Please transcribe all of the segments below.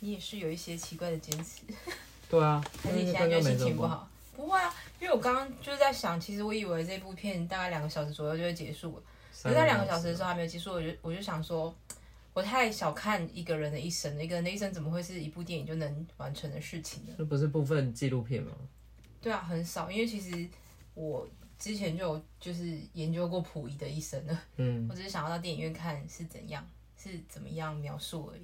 你也是有一些奇怪的坚持，对啊，还是你因现在为刚就刚没心怎情么不好？不会啊，因为我刚刚就是在想，其实我以为这部片大概两个小时左右就会结束了，可三是在两个小时的时候，候还没有结束，我就我就想说，我太小看一个人的一生了，一个人的一生怎么会是一部电影就能完成的事情呢？这不是部分纪录片吗？对啊，很少，因为其实我之前就有就是研究过溥仪的一生了，嗯，我只是想要到电影院看是怎样，是怎么样描述而已。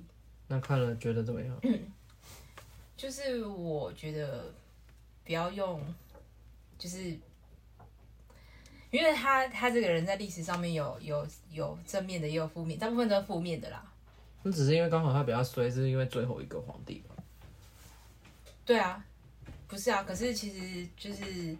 那看了觉得怎么样？嗯就是我觉得不要用，就是因为他他这个人在历史上面有有有正面的，也有负面，大部分都是负面的啦。那只是因为刚好他比较衰，是因为最后一个皇帝吧？对啊，不是啊，可是其实就是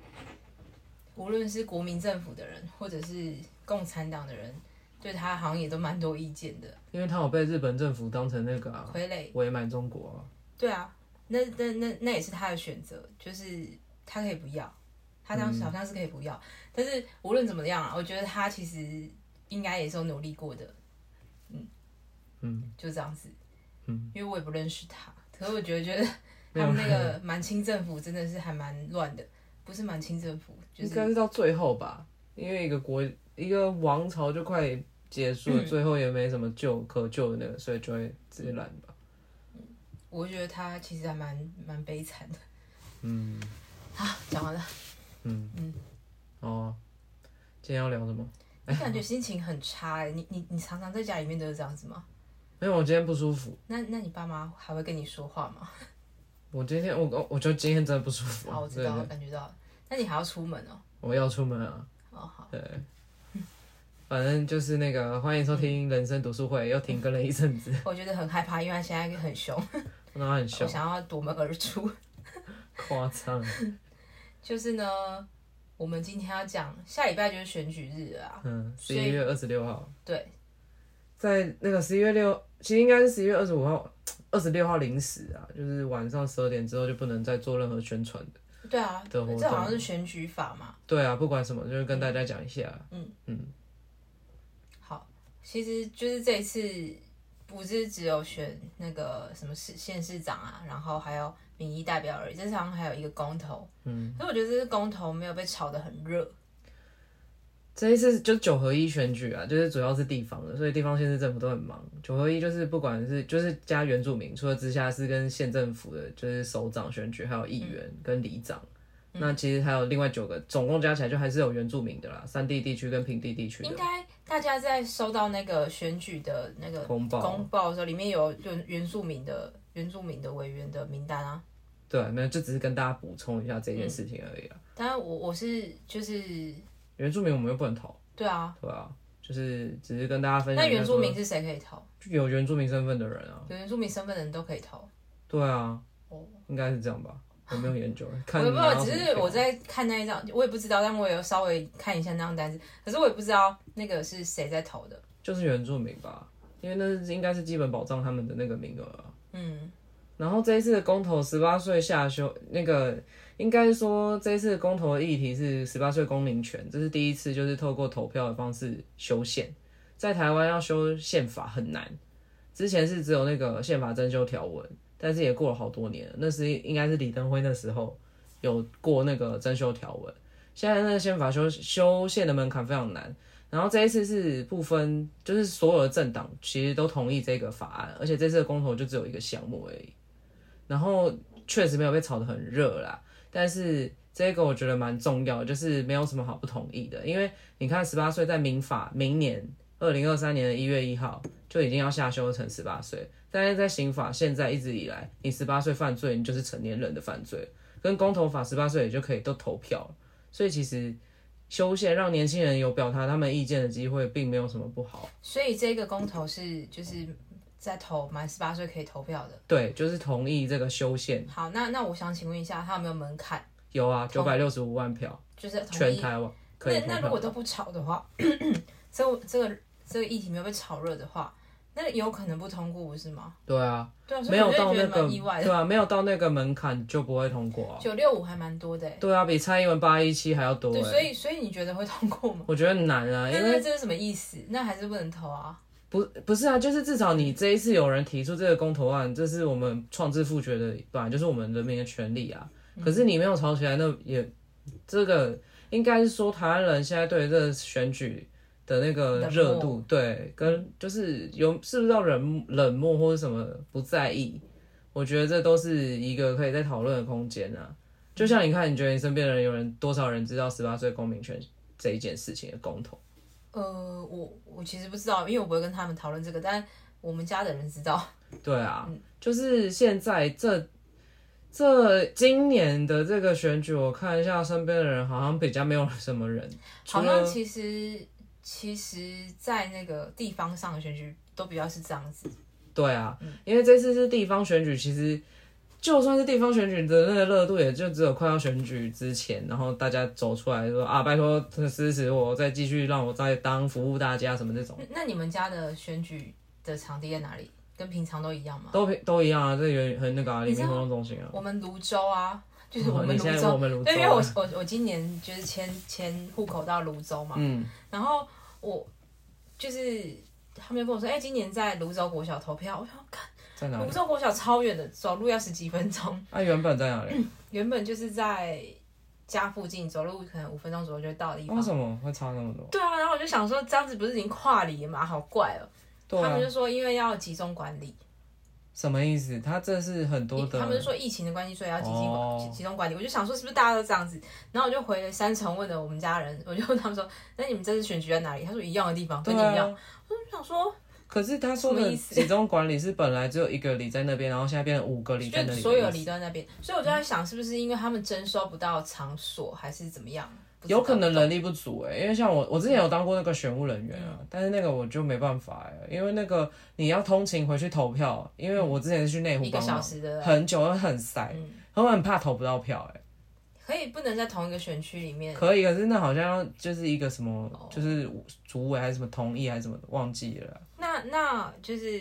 无论是国民政府的人，或者是共产党的人，对他好像也都蛮多意见的。因为他有被日本政府当成那个啊，傀儡，伪满中国啊。对啊，那那那那也是他的选择，就是他可以不要，他当嗯时好像是可以不要，但是无论怎么样啊，我觉得他其实应该也是有努力过的，嗯，就这样子，嗯，因为我也不认识他，可是我觉得觉得他们那 个满清政府真的是还蛮乱的，不是满清政府，就应该是是到最后吧，因为一个国一个王朝就快结束嗯了，最后也没什么救可救的那个，所以就会自己懒吧。我觉得他其实还蛮蛮悲惨的。 嗯好，讲 完了，嗯嗯，哦，今天要聊什么？你感觉心情很差哎、你你你常常在家里面都是这样子吗？没有，我今天不舒服。那那你爸妈还会跟你说话吗？我今天我我我就今天真的不舒服。好，我知对道，我对感觉到了。那你还要出门哦？我要出门啊。哦，好，对，反正就是那个，欢迎收听人生读书会，又停更了一阵子，我觉得很害怕，因为他现在很凶，那很我凶，想要夺门而出。夸张。就是呢，我们今天要讲下礼拜就是选举日了啊，嗯，十所以一月二十六号，对，在那个十一月六，其实应该是十一月二十五号、二十六号零时啊，就是晚上十二点之后就不能再做任何宣传的。对啊，的活动这好像是选举法嘛。对啊，不管什么，就是跟大家讲一下。啊好，其实就是这一次不是只有选那个什么市县市长啊，然后还有民意代表而已，这次好像还有一个公投。嗯，可是我觉得这次公投没有被炒得很热，这一次就九合一选举啊，就是主要是地方的，所以地方县市政府都很忙。九合一就是不管是就是加原住民，除了直辖市跟县政府的，就是首长选举，还有议员嗯跟里长。那其实还有另外九个，总共加起来就还是有原住民的啦，山地地区跟平地地区的应。该大家在收到那个选举的那个公报公报的时候，里面有原原住民的原住民的委员的名单啊。对，没有，就只是跟大家补充一下这件事情而已啊。当然，我我是就是原住民我们又不能投，对啊，对啊，就是只是跟大家分享那一下原说。住民是谁可以投？就有原住民身份的人啊，有原住民身份的人都可以投。对啊，哦，应该是这样吧？我没有研究，我看也不知道，拿到只什么是票我在看那一张，我也不知道，但我有稍微看一下那张单子，可是我也不知道那个是谁在投的。就是原住民吧，因为那是应该是基本保障他们的那个名额啊。嗯，然后这一次的公投，十八岁下修那个，应该说这一次的公投的议题是十八岁公民权，这是第一次就是透过投票的方式修宪。在台湾要修宪法很难，之前是只有那个宪法增修条文，但是也过了好多年了，那是应该是李登辉那时候有过那个增修条文，现在那个宪法修修宪的门槛非常难。然后这一次是不分，就是所有的政党其实都同意这个法案，而且这次的公投就只有一个项目而已。然后确实没有被炒得很热啦，但是这个我觉得蛮重要的，就是没有什么好不同意的，因为你看十八岁在民法明年二零二三年的一月一号就已经要下修成十八岁，但是在刑法现在一直以来，你十八岁犯罪你就是成年人的犯罪，跟公投法十八岁也就可以都投票了，所以其实修宪让年轻人有表达他们意见的机会，并没有什么不好。所以这个公投是就是在投满十八岁可以投票的。对，就是同意这个修宪，好，那那我想请问一下，他有没有门槛？有啊，九同百六十五万票，就是同全意台湾可那以投那如票果都不炒的话， 这这个这个议题没有被炒热的话，那有可能不通过不是吗？对啊，对啊，所没以我有就到觉那得个蛮意外对的。啊，没有到那个门槛就不会通过啊。九六五还蛮多的欸，对啊，比蔡英文八一七还要多、对，欸。所以所以你觉得会通过吗？我觉得难啊，那因那为这是什么意思？那还是不能投啊？不不是啊，就是至少你这一次有人提出这个公投案，这是我们创制复决的，本来就是我们人民的权利啊。嗯可是你没有吵起来，那也这个应该是说台湾人现在对这个选举的那个冷热漠度，对，跟就是有是不是到冷冷漠或者什么不在意，我觉得这都是一个可以在讨论的空间啊。就像你看，你觉得你身边的人有人多少人知道十八岁公民权这一件事情的公投？呃，我我其实不知道，因为我不会跟他们讨论这个，但我们家的人知道。对啊，嗯就是现在这这今年的这个选举，我看一下身边的人好像比较没有什么人，除好像了其实其实，在那个地方上的选举都比较是这样子。对啊，嗯因为这次是地方选举，其实就算是地方选举的那个热度，也就只有快要选举之前，然后大家走出来说啊，拜托支持我，再继续让我再当服务大家什么这种。那那你们家的选举的场地在哪里？跟平常都一样吗？都都一样啊，这原很那个、啊、你里知面道活动中心啊，我们泸州啊，就是我哦们你泸现在州，问我们泸州对，因为我啊我我今年就是迁迁户口到泸州嘛，嗯，然后我就是他们就跟我说，哎、今年在泸州国小投票，我想看在哪泸里？州国小超远的，走路要十几分钟，啊，原本在哪里？原本就是在家附近，走路可能五分钟左右就会到的地为方。什么会差那么多？对啊，然后我就想说，这样子不是已经跨里了嘛，好怪哦、对他啊们，就说，因为要集中管理，什么意思？他这是很多的，他们就说疫情的关系，所以要集中、哦集中管理。我就想说，是不是大家都这样子？然后我就回了三重，问了我们家人，我就问他们说，那你们这次选举在哪里？他说一样的地方，对跟你啊一样。我就想说，可是他说什么的意思集中管理是本来只有一个里在那边，然后现在变成五个里在那就里。所有里都在那边，所以我就在想，是不是因为他们征收不到场所，还是怎么样？不知道有可能人力不足哎、欸，因为像我，我之前有当过那个选务人员啊，嗯但是那个我就没办法哎、因为那个你要通勤回去投票，因为我之前是去内湖嗯一个帮小忙，时的，很久又很塞，嗯然后很怕投不到票哎、可以不能在同一个选区里面。可以，可是那好像就是一个什么，哦就是主委还是什么同意还是什么的，忘记了。啊那那就是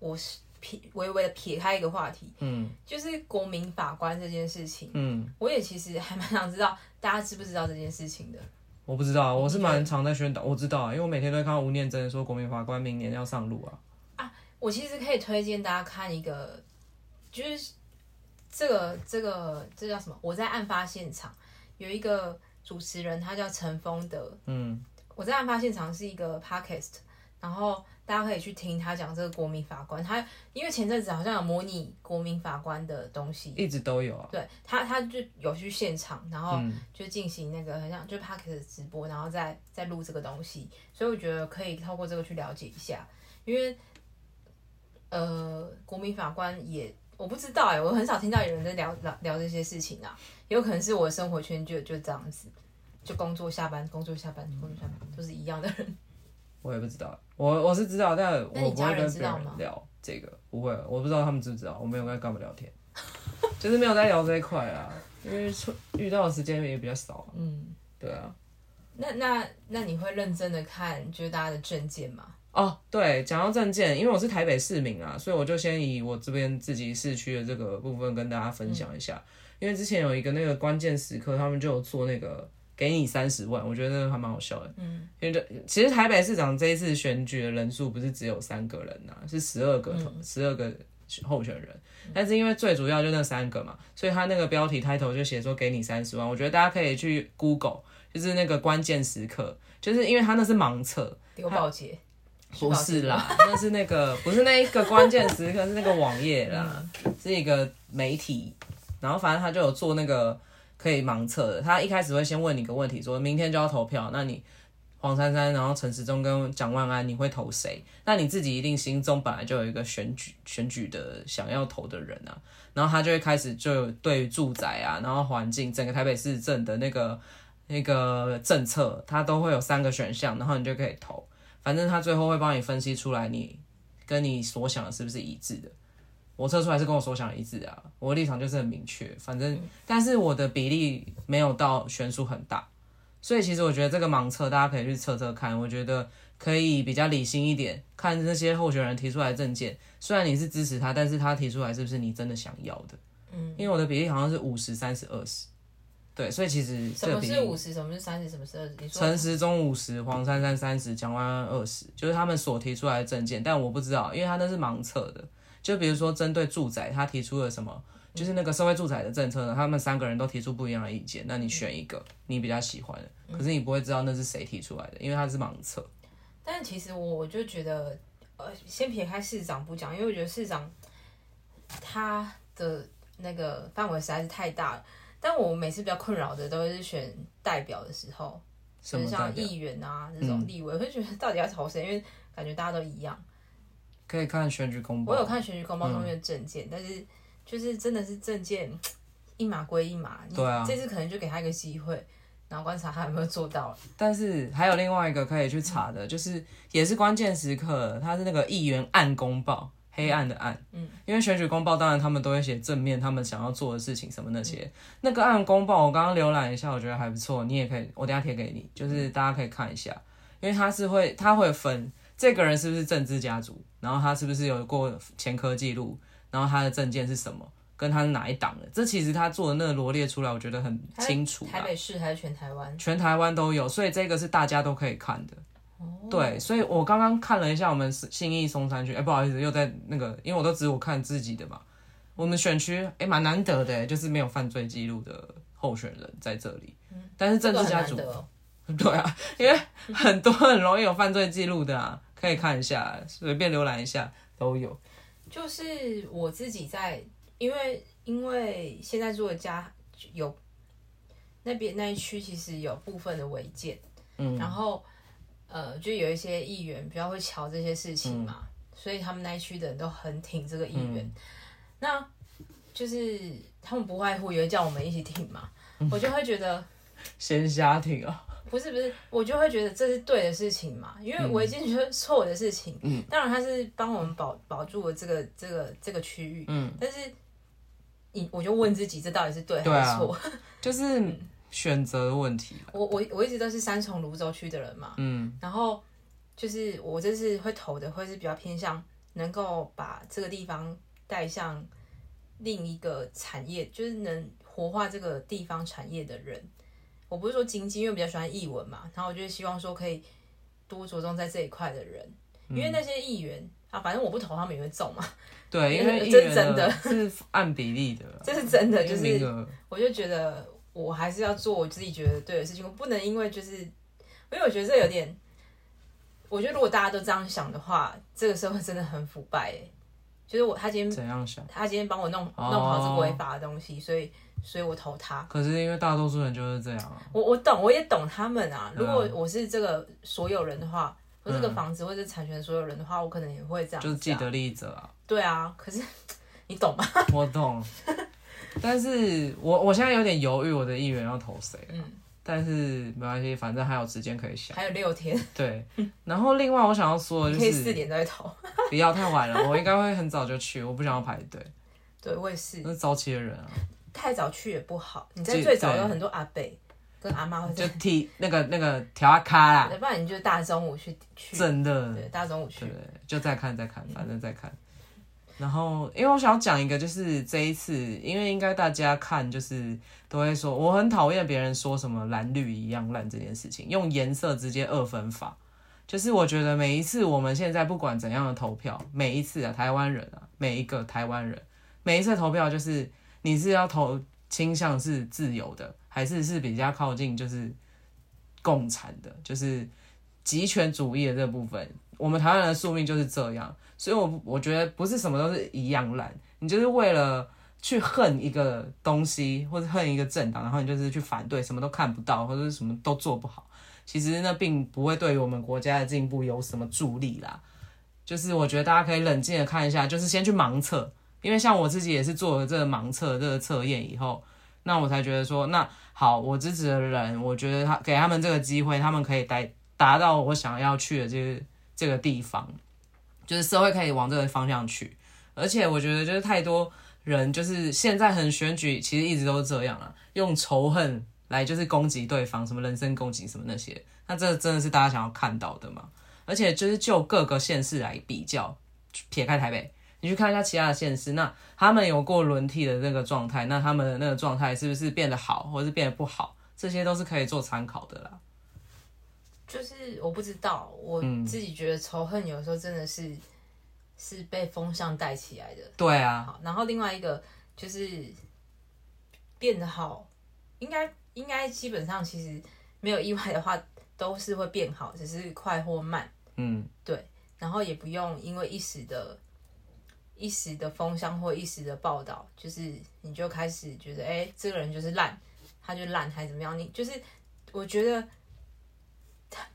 我是撇微微的撇开一个话题，嗯就是国民法官这件事情，嗯，我也其实还蛮想知道大家知不知道这件事情的。我不知道，我是蛮常在宣导，我知道啊，因为我每天都会看到吴念真说国民法官明年要上路啊。我其实可以推荐大家看一个，就是这个这个这叫什么？我在案发现场有一个主持人，他叫陈峰的，嗯，我在案发现场是一个 podcast，然后大家可以去听他讲这个国民法官。他因为前阵子好像有模拟国民法官的东西，一直都有啊。对他他就有去现场，然后嗯就进行那个很像就 podcast 直播，然后再再录这个东西。所以我觉得可以透过这个去了解一下，因为呃，国民法官也。我不知道哎、我很少听到有人在聊聊聊这些事情啊，也有可能是我的生活圈就就这样子，就工作下班，工作下班，工作下班，都是一样的人。我也不知道，我我是知道，但那你我不家会人跟知别道人吗聊这个，不会，我不知道他们知不知道，我没有跟他们聊天，就是没有在聊这一块啊，因为出遇到的时间也比较少啊。嗯对啊，，那那那你会认真的看就是大家的证件吗？哦，对，讲到证件，因为我是台北市民啊，所以我就先以我这边自己市区的这个部分跟大家分享一下，因为之前有一个那个关键时刻，他们就有做那个给你三十万，我觉得那个还蛮好笑的。嗯，因为这其实台北市长这一次选举的人数不是只有三个人呐、啊是十二个投十二、个候选人，但是因为最主要就那三个嘛，所以他那个标题开头就写说给你三十万，我觉得大家可以去 Google，就是那个关键时刻，就是因为他那是盲测，刘宝杰不是啦， 那是那个不是那一个关键时刻，是那个网页啦，是一个媒体，然后反正他就有做那个可以盲测的，他一开始会先问你个问题，说明天就要投票，那你黄珊珊，然后陈时中跟蒋万安，你会投谁？那你自己一定心中本来就有一个选举选举的想要投的人啊，然后他就会开始就有对于住宅啊，然后环境，整个台北市政的那个那个政策，它都会有三个选项，然后你就可以投。反正他最后会帮你分析出来你跟你所想的是不是一致的。我测出来是跟我所想的一致啊，我的立场就是很明确。反嗯正，但是我的比例没有到悬殊很大，所以其实我觉得这个盲测大家可以去测测看，我觉得可以比较理性一点，看那些候选人提出来的证件，虽然你是支持他，但是他提出来是不是你真的想要的？嗯，因为我的比例好像是五十、三十、二十，对，所以其实什这个么比是例五十，什么是三十，什么是二十？你说陈时中五十，黄珊珊三十，蒋万安二十，就是他们所提出来的证件，但我不知道，因为他那是盲测的。就比如说针对住宅，他提出了什么，就是那个社会住宅的政策呢，他们三个人都提出不一样的意见，那你选一个你比较喜欢的，可是你不会知道那是谁提出来的，因为他是盲测。嗯但其实我我就觉得，呃，先撇开市长不讲，因为我觉得市长他的那个范围实在是太大了。但我每次比较困扰的都是选代表的时候，什就是么代像表？嗯议员啊这种立委，我就觉得到底要投谁？因为感觉大家都一样。可以看选举公报。啊我有看选举公报上面的证件，但是就是真的是证件一码归一码，你对啊这次可能就给他一个机会，然后观察他有没有做到。但是还有另外一个可以去查的，就是也是关键时刻，它是那个议员暗公报，黑暗的暗。嗯，因为选举公报当然他们都会写正面他们想要做的事情什么那些。那个暗公报我刚刚浏览一下，我觉得还不错，你也可以，我等一下贴给你，就是大家可以看一下，因为它是会它会分这个人是不是政治家族，然后他是不是有过前科记录，然后他的证件是什么。跟他是哪一党的？这其实他做的那个罗列出来，我觉得很台清楚、啊。台北市还是全台湾？全台湾都有，所以这个是大家都可以看的。哦对，所以我刚刚看了一下我们信义松山区，哎、不好意思，又在那个，因为我都只我看自己的嘛。我们选区哎，蛮、难得的、就是没有犯罪记录的候选人在这里。但是政治家族嗯这个很难得哦 对啊，因为很多很容易有犯罪记录的啊，可以看一下，随便浏览一下都有。就是我自己在，因为因为现在住的家有那边那一区其实有部分的违建，嗯然后呃，就有一些议员比较会瞧这些事情嘛，所以他们那一区的人都很挺这个议嗯员。那就是他们不外乎也会叫我们一起挺嘛，我就会觉得先瞎挺啊，不是不是，我就会觉得这是对的事情嘛，因为违建就是错的事情。嗯，当然他是帮我们保保住了这个这个这个区域。嗯，但是你我就问自己，这到底是对对还是啊错？ 就是选择的问题。我我我一直都是三重泸州区的人嘛，嗯，然后就是我这次会投的会是比较偏向能够把这个地方带向另一个产业，就是能活化这个地方产业的人。我不是说经济，因为我比较喜欢译文嘛，然后我就希望说可以多着重在这一块的人，因为那些议员啊，反正我不投他们也会中嘛，对，因嗯为这议是员真的 是按比例的啦，这是真的，因就为是名额我就觉得我还是要做我自己觉得对的事情，我不能因为就是，因为我觉得这有点，我觉得如果大家都这样想的话，这个社会真的很腐败哎。就是我他今天怎样想？他今天帮我弄弄哦跑这个违法的东西，所以所以我投他。可是因为大多数人就是这样啊，我我懂，我也懂他们啊。对如啊果我是这个所有人的话，我这个嗯房子或者产权所有人的话，我可能也会这样、啊。就是既得利益者啊。对啊，可是 你懂吗？我懂， 但是我我现在有点犹豫我的议员要投谁、啊。嗯但是没关系，反正还有时间可以想。还有六天，对，然后另外我想要说的嗯可以就四是，点再投。不要太晚了，我应该会很早就去，我不想要排队，对，我也是。那是早起的人啊，太早去也不好。你在对最早有对很多阿伯跟阿妈会就在，替那个那个调啊卡啦，要不然你就大中午去去，真的。对，大中午去嗯对，，就再看再看，反正再看。然后，因为我想要讲一个，就是这一次，因为应该大家看就是都会说，我很讨厌别人说什么蓝绿一样烂这件事情，用颜色直接二分法。就是我觉得每一次我们现在不管怎样的投票，每一次啊，台湾人啊，每一个台湾人，每一次投票就是你是要投倾向是自由的，还是是比较靠近就是共产的，就是集权主义的这部分。我们台湾人的宿命就是这样，所以我我觉得不是什么都是一样烂，你就是为了去恨一个东西或者恨一个政党，然后你就是去反对，什么都看不到或者是什么都做不好，其实那并不会对于我们国家的进步有什么助力啦。就是我觉得大家可以冷静的看一下，就是先去盲测，因为像我自己也是做了这个盲测这个测验以后，那我才觉得说，那好，我支持的人，我觉得他给他们这个机会，他们可以达达到我想要去的这个这个地方，就是社会可以往这个方向去。而且我觉得就是太多人就是现在很选举，其实一直都是这样啊，用仇恨来就是攻击对方，什么人身攻击什么那些，那这真的是大家想要看到的吗？而且就是就各个县市来比较，撇开台北，你去看一下其他的县市，那他们有过轮替的那个状态，那他们的那个状态是不是变得好，或是变得不好，这些都是可以做参考的啦。就是我不知道，我嗯自己觉得仇恨有时候真的是、是被风向带起来的。对啊，好，然后另外一个就是变得好，应该应该基本上其实没有意外的话都是会变好，只是快或慢。嗯，然后也不用因为一时的、一时的风向或一时的报道，就是你就开始觉得，哎、这个人就是烂，他就烂还是怎么样？你就是我觉得，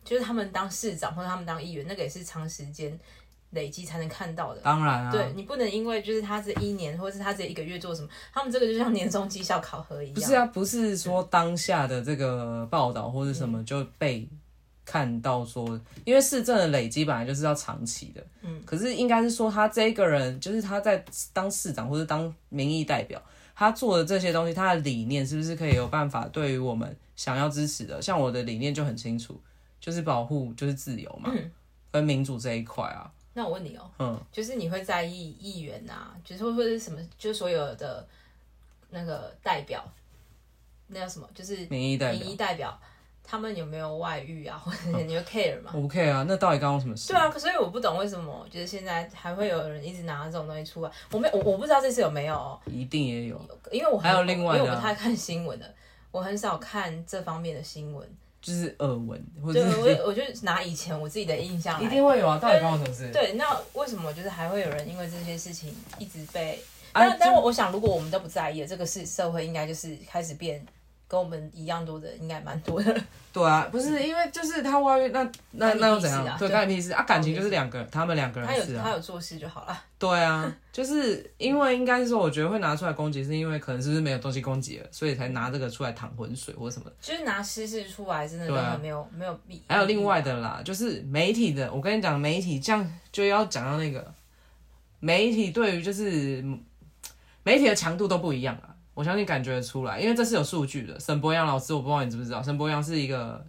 就是他们当市长或者他们当议员，那个也是长时间累积才能看到的。当然啊，对你不能因为就是他这一年，或者是他这一个月做什么，他们这个就像年终绩效考核一样。不是啊，不是说当下的这个报道或是什嗯么就被看到说，因为市政的累积本来就是要长期的，嗯，可是应该是说他这个人，就是他在当市长或者当民意代表，他做的这些东西，他的理念是不是可以有办法对于我们想要支持的，像我的理念就很清楚，就是保护就是自由嘛，嗯跟民主这一块啊，那我问你哦、嗯，就是你会在意议员啊，就是或者是什么，就是所有的那个代表，那叫什么？就是民意代表哦民意代表，他们有没有外遇啊？或者是你会 care 吗？我不 care 啊，那到底干我什么事？对啊，可所以我不懂为什么，就是现在还会有人一直拿这种东西出来。我没我我不知道这次有没有哦，一定也有，因为我很还有另外的啊因为我不太看新闻的，我很少看这方面的新闻。就是耳闻或对，者是我我就拿以前我自己的印象来一定会有啊，到底干我什么事？对，那为什么就是还会有人因为这些事情一直被？啊但但我我想，如果我们都不在意了，这个是社会应该就是开始变跟我们一样多的，应该蛮多的。对啊，不是因为就是他外遇，那那干你那又屁事怎啊样？对，对干你屁事啊！感情就是两个人，他们两个他人有是他啊，有做事就好了。对啊，就是因为应该是说，我觉得会拿出来攻击，是因为可能是不是没有东西攻击了，所以才拿这个出来淌浑水或什么的。就是拿私事出来，真的对根啊本没有、没有必。还有另外的啦，就是媒体的，我跟你讲，媒体这样就要讲到那个媒体对于就是嗯媒体的强度都不一样啊，我相信感觉得出来，因为这是有数据的。沈博阳老师，我不知道你知不知道，沈博阳是一个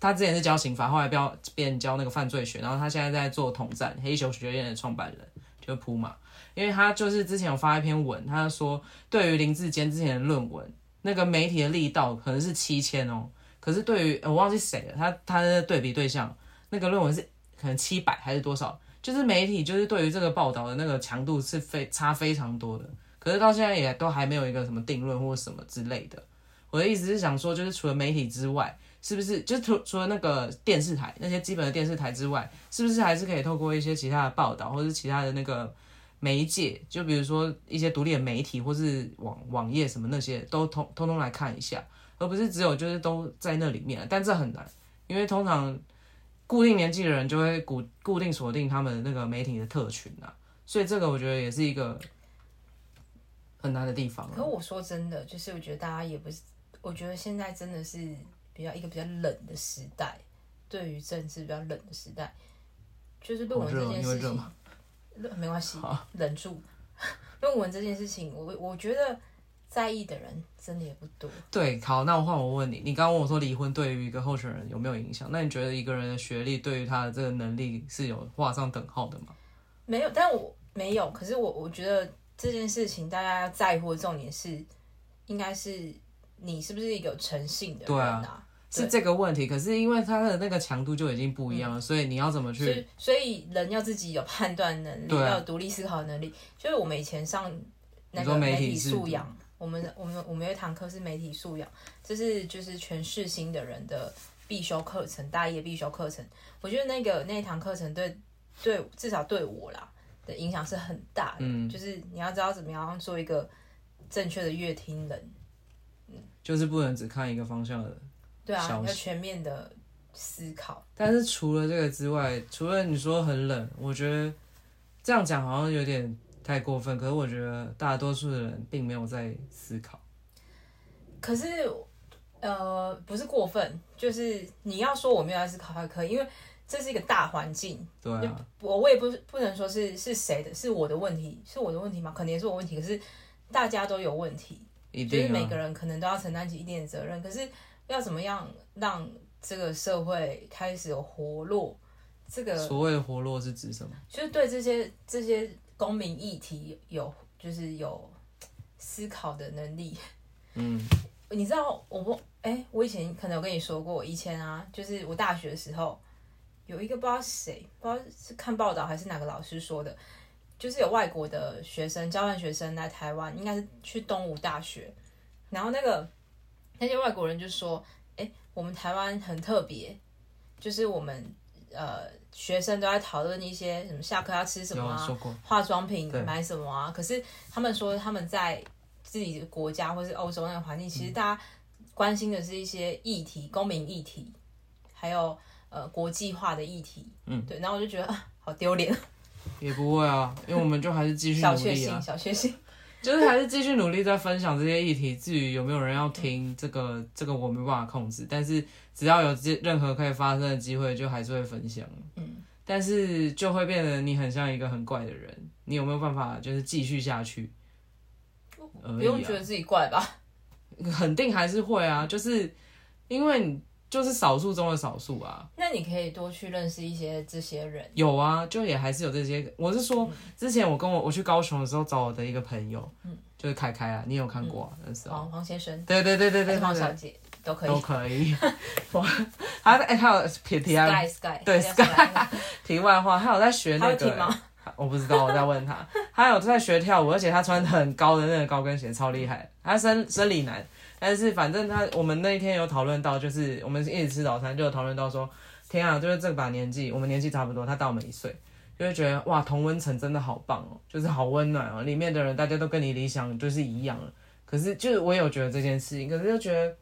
他之前是教刑法，后来变变教那个犯罪学，然后他现在在做统战黑熊学院的创办人，就是普马，因为他就是之前有发一篇文，他就说对于林志坚之前的论文，那个媒体的力道可能是七千哦，可是对于、呃我忘记谁了，他他的对比对象那个论文是可能七百还是多少，就是媒体就是对于这个报道的那个强度是非差非常多的，可是到现在也都还没有一个什么定论或什么之类的。我的意思是想说，就是除了媒体之外，是不是就是除除了那个电视台那些基本的电视台之外，是不是还是可以透过一些其他的报道或是其他的那个媒介，就比如说一些独立的媒体或是网网页什么那些，都通通通来看一下，而不是只有就是都在那里面。但这很难，因为通常固定年纪的人就会固固定锁定他们那个媒体的特群啊，所以这个我觉得也是一个很难的地方、可啊。我说真的，就是我觉得大家也不是，我觉得现在真的是比较一个比较冷的时代，对于政治比较冷的时代，就是论文好热这哦件你会事热情吗，论没关系好，忍住。 论文这件事情，我我觉得在意的人真的也不多。对，好，那我换我问你，你刚刚问我说离婚对于一个候选人有没有影响？那你觉得一个人的学历对于他的这个能力是有画上等号的吗？没有，但我没有。可是我我觉得这件事情大家要在乎的重点是，应该是你是不是有诚信的人对啊啊？是这个问题，可是因为它的那个强度就已经不一嗯样了，所以你要怎么所去？以所以人要自己有判断能力，对啊要有独立思考能力。就是我们以前上那你个说媒体体制素度养，我们我们我们有一堂课是媒体素养，这是就是全市新的人的必修课程，大一的必修课程。我觉得那个那一堂课程对对至少对我啦的影响是很大的，嗯，就是你要知道怎么样做一个正确的乐听人，就是不能只看一个方向的。对啊，小要全面的思考。但是除了这个之外，除了你说很冷，我觉得这样讲好像有点太过分。可是我觉得大多数的人并没有在思考。可是，呃，不是过分，就是你要说我没有在思考还可以，因为这是一个大环境，对啊，我我也不不能说是是谁的，是我的问题，是我的问题吗？可能也是我的问题，可是大家都有问题，一就是定每啊个。人可能都要承担起一点责任。可是要怎么样让这个社会开始有活络？这个所谓的活络是指什么？就是对这些这些公民议题有就是有思考的能力。嗯，你知道我不哎、我以前可能有跟你说过，我以前啊，就是我大学的时候，有一个不知道谁，不知道是看报道还是哪个老师说的，就是有外国的学生交换学生来台湾，应该是去东吴大学，然后那个那些外国人就说，哎、我们台湾很特别，就是我们呃学生都在讨论一些什么下课要吃什么有啊，说过，化妆品对买什么啊？可是他们说他们在自己的国家或是欧洲那个嗯环境，其实大家关心的是一些议题、公民议题，还有呃国际化的议题。嗯，对。然后我就觉得啊好丢脸，也不会啊，因为我们就还是继续小努确力幸，啊，小确幸。就是还是继续努力在分享这些议题。至于有没有人要听，这个这个我没办法控制，但是只要有这任何可以发生的机会，就还是会分享。嗯，但是就会变得你很像一个很怪的人，你有没有办法就是继续下去？不啊用觉得自己怪吧？肯定还是会啊，就是因为你就是少数中的少数啊。那你可以多去认识一些这些人。有啊，就也还是有这些。我是嗯说，之前我跟我我去高雄的时候找我的一个朋友，嗯就是凯凯啊，你有看过、啊那时候？黄黄先生，对对对对还对是对黄小对，姐都哦可都以。可以。 哇，他哎、他有题题外 Sky Sky，对大家 Sky，题外话，他有在学他那会个、听吗？ 我不知道，我在问他。他有在学跳舞，而且他穿很高的那个高跟鞋，超厉害。他生生理男，但是反正他我们那一天有讨论到，就是我们一起吃早餐就有讨论到说，天啊，就是这把年纪，我们年纪差不多，他大我们一岁，就会觉得哇，同温层真的好棒哦，就是好温暖哦，里面的人大家都跟你理想就是一样了。可是就是我也有觉得这件事情，可是就觉得。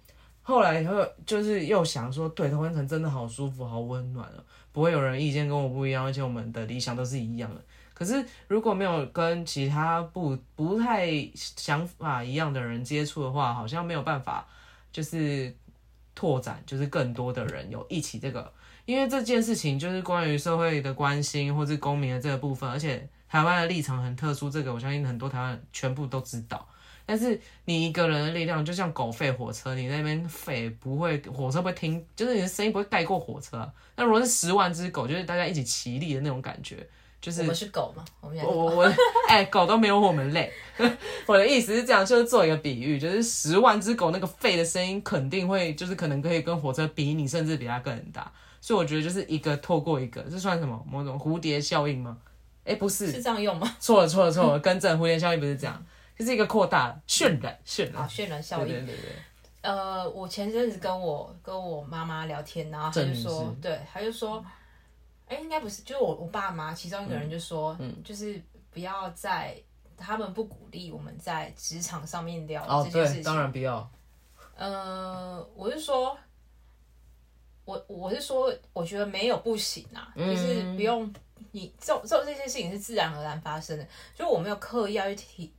后来以后就是又想说，对，同温层真的好舒服，好温暖哦，不会有人意见跟我不一样，而且我们的理想都是一样的。可是如果没有跟其他不不太想法一样的人接触的话，好像没有办法就是拓展，就是更多的人有一起这个，因为这件事情就是关于社会的关心或是公民的这个部分，而且台湾的立场很特殊，这个我相信很多台湾人全部都知道。但是你一个人的力量就像狗吠火车，你在那边吠不会，火车不会听，就是你的声音不会盖过火车啊、那如果是十万只狗，就是大家一起齐力的那种感觉，就是我们是狗嘛？我们俩我我我， 哎、狗都没有我们累。 我的意思是这样，就是做一个比喻，就是十万只狗那个吠的声音肯定会，就是可能可以跟火车比拟，甚至比它更大。所以我觉得就是一个透过一个，这算什么某种蝴蝶效应吗？哎、不是是，这样用吗？错了错了错了，更正，蝴蝶效应不是这样，就是一个扩大渲染渲好，染。渲染效对应对。对对，呃，我前阵子跟我跟我妈妈聊天，然后她郑就女说士，嗯对，她就说，哎、应该不是，就是我我爸妈其中一个人就说，嗯就是不要在他们不鼓励我们在职场上面聊哦这件对，事情。当然不要，呃，我是说，我我是说，我觉得没有不行啊，嗯就是不用你做做这些事情是自然而然发生的，就我没有刻意要去提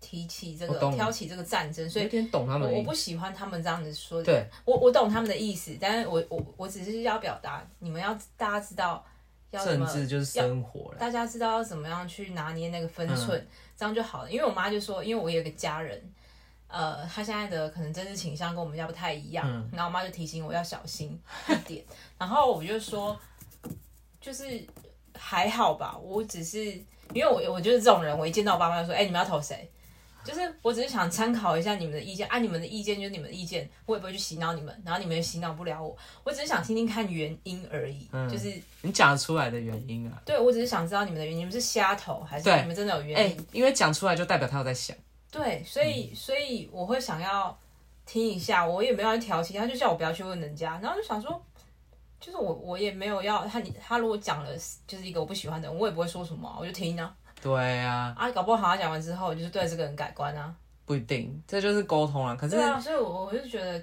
提起这我个懂挑起这个战争，所以有点懂他们我的我意思。不喜欢他们这样子说。对，我我懂他们的意思，但是我我我只是要表达，你们要大家知道要怎政么，治就是生活了。嗯大家知道要怎么样去拿捏那个分寸，这样就好了。因为我妈就说，因为我有一个家人，呃，她现在的可能政治倾向跟我们家不太一样，嗯然后我妈就提醒我要小心一点， 然后我就说，就是还好吧，我只是因为我我就是这种人，我一见到我爸妈就说，哎、你们要投谁？就是我只是想参考一下你们的意见，按、啊你们的意见就是你们的意见，我也不会去洗脑你们，然后你们也洗脑不了我，我只是想听听看原因而已，嗯就是你讲得出来的原因啊，对，我只是想知道你们的原因，你们是瞎投还是对你们真的有哎、嗯原因？因为讲出来就代表他有在想。对，所以所以我会想要听一下，我也没有要挑起，他就叫我不要去问人家，然后就想说，就是我我也没有要他你他如果讲了就是一个我不喜欢的人，我也不会说什么啊、我就听啊对啊，啊，搞不好他讲完之后，我就是对这个人改观啊，不一定，这就是沟通了。可是对啊，所以我我就觉得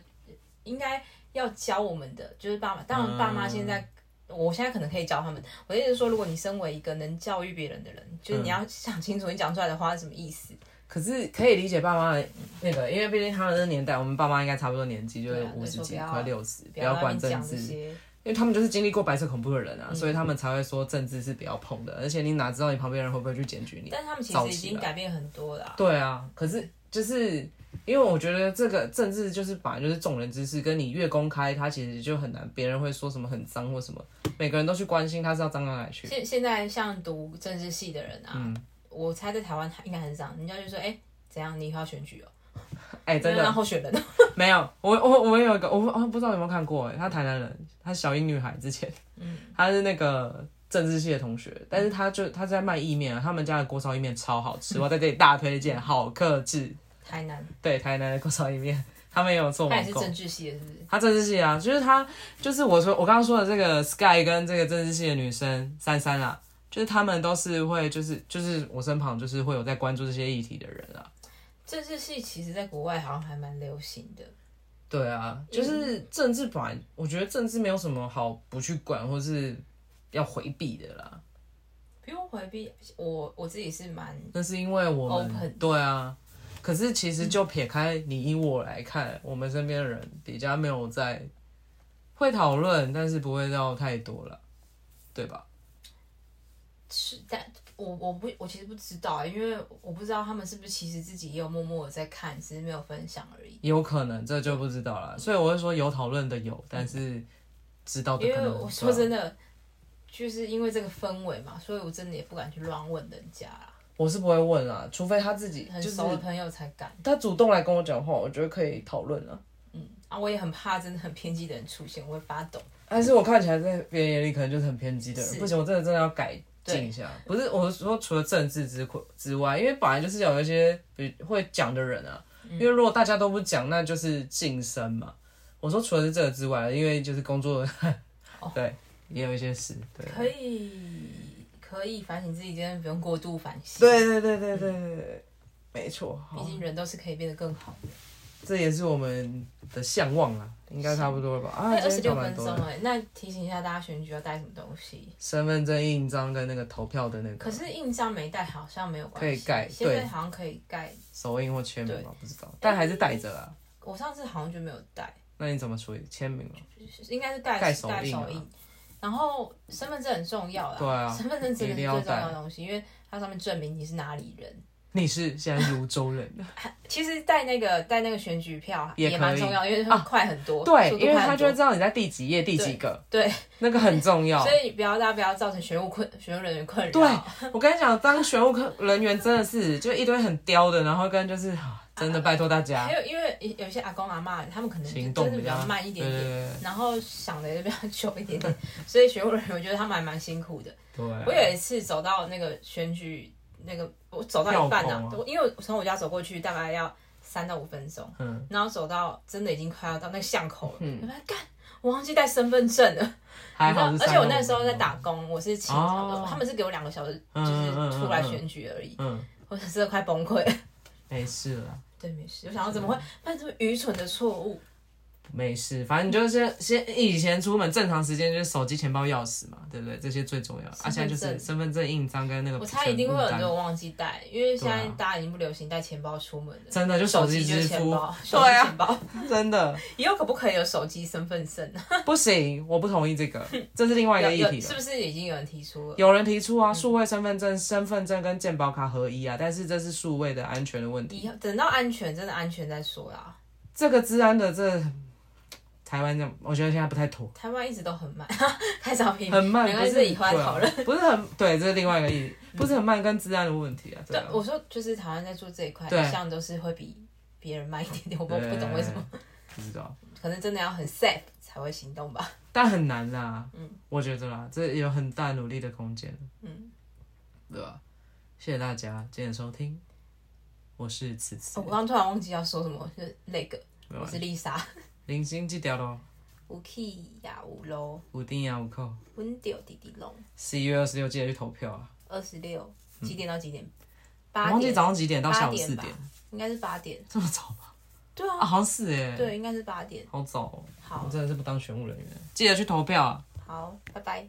应该要教我们的就是爸妈，当然爸嗯妈现在。我现在可能可以教他们。我的意思是说，如果你身为一个能教育别人的人，嗯就是你要想清楚你讲出来的话是什么意思。可是可以理解爸妈的那个，因为毕竟他们的年代，我们爸妈应该差不多年纪就是对啊五十几所以说不要快六十，不不要要在那边管政讲这治，因些。嗯为他们就是经历过白色恐怖的人啊，所以他们才会说政治是不要碰的。而且你哪知道你旁边人会不会去检举你？但是他们其早实已期经啦改变很多了啊、对啊，可是就是因为我觉得这个政治就是本来就是众人之事，跟你越公开，它其实就很难，别人会说什么很脏或什么，每个人都去关心他是要脏到哪里去。嗯现现在像读政治系的人啊，我猜在台湾应该很少，人家就说，哎、怎样，你以后要选举哦，哎、真没有当的候选人哦， 没有，我我我有一个，我不我不知道有没有看过，哎，她台南人，她小英女孩之前， 嗯，她是那个政治系的同学，但是她就她在卖意面啊，他们家的锅烧意面超好吃，我在这里大推荐，好克制，台南，对，台南的锅烧意面，他们也有做他也网是购。政治系的，是不是？她政治系啊，就是她，就是我说我刚刚说的这个 Sky 跟这个政治系的女生珊珊啦，就是她们都是会，就是就是我身旁就是会有在关注这些议题的人啊。政治系其实在国外好像还蛮流行的，对嗯啊，就是政治本来我觉得政治没有什么好不去管或是要回避的啦，不用回避。我我自己是蛮那是因为我们 Open 对啊。可是其实就撇开你以我来看，我们身边的人比较没有在会讨论，但是不会到太多了，对吧？是，但我我不我其实不知道欸，因为我不知道他们是不是其实自己也有默默的在看，只是没有分享而已。有可能这就不知道了。所以我会说有讨论的有，但是知道的因哦可为能啊我说真的，的，就是因为这个氛围嘛，所以我真的也不敢去乱问人家啦，我是不会问啦，除非他自己很就是熟的朋友才敢。他主动来跟我讲话，我觉得可以讨论啊。嗯啊，我也很怕真的很偏激的人出现，我会发抖。但是我看起来在别人眼里可能就是很偏激的人，是不行，我真的真的要改进一下。不是我是说除了政治之之外，因为本来就是要有一些比会讲的人啊，因为如果大家都不讲，那就是晋升嘛。我说除了这个之外，因为就是工作，对，也有一些事，对，可以可以反省自己，真的不用过度反省。，对对对对对对对，没错，毕好，竟人都是可以变得更好的。这也是我们的向往啊，应该差不多了吧？啊，哎，今二天十六讲分蛮多钟的哎、那提醒一下大家选举要带什么东西？身份证印章跟那个投票的那个可是印章没带好像没有关系，可以盖现在对好像可以盖。手印或签名对嘛，不知道，但还是带着啦。我上次好像就没有带，那你怎么处理签名了？应该是盖盖手手印啊印。然后身份证很重要啦，对 啊身份证真的是一定最要重要带的东西，因为它上面证明你是哪里人。你是现在泸州 人，其实带那个带那个选举票也可以蛮重要，因为它啊快很多，对速，度因为快他很就会多。知道你在第几页第几个，对，那个很重要所。以不要大家不要造成选务困选务人员困扰。 对，我跟你讲，当选务科人员真的是就一堆很刁的，然后跟就是啊真的拜托大家还有因为有些阿公阿妈他们可能就行真的动比较慢一点点，点。然后想的也比较久一点点，所以学务人员我觉得他们还蛮辛苦的。对对，我有一次走到那个选举那个，我走到一半票啊口，啊我因为我从我家走过去大概要三到五分钟，嗯，然后走到真的已经快要到那个巷口了，嗯我在干，我忘记带身份证了。还好是你知三道而且个我那时候在打工，我是请差不多，哦他们是给我两个小时，就嗯是嗯嗯出来选举而已，嗯，我真的快崩溃了。 没事了，对，没事，我想要怎么嗯会犯这么愚蠢的错误？没事，反正你就是先以前出门正常时间就是手机、钱包、钥匙嘛，对不对？这些最重要。身啊，份现在就证是身份证、印章跟那个我猜一定会有很全部多单人忘记带，因为现在对啊大家已经不流行带钱包出门了。真的就手手机机就支是钱付包，，手对机啊钱，包，真的。以后可不可以有手机身份证呢？不行，我不同意 这个，这是另外一有个议有，题是嗯了。不是已经有人提出了？有人提出啊，数位身份证、身份证跟健保卡合一啊，但是这是数位的安全的问题。以后等到安全，真的安全再说啦。这个治安的这台湾这样，我觉得现在不太妥，台湾一直都很慢， 开始要批评很慢。没不关系，是以后再讨论。对啊不是很对，这是另外一 个议题，不是很慢跟治安的问题啊。对啊，我说就是台湾在做这一块，对一向都是会比别人慢一点点，我不不懂为什么，对，不知道，可能真的要很 safe 才会行动吧。但很难啦。我觉得啦，这有很大努力的空间。嗯，对吧？谢谢大家今天的收听，我是慈慈我，刚刚突然忘记要说什么，是那个没我关系是丽莎，零星记掉咯，无 key 呀无喽，五定呀五扣。温丢弟弟龙，十一月二十六记得去投票啊！二十六几点到几点？嗯我八忘记点早上几点到下午四八点点，应该是八点，这么早吗？对啊啊，，好像是哎，，对，应该是八点。好早哦，好我真的是不当选务人员，记得去投票啊！好，拜拜。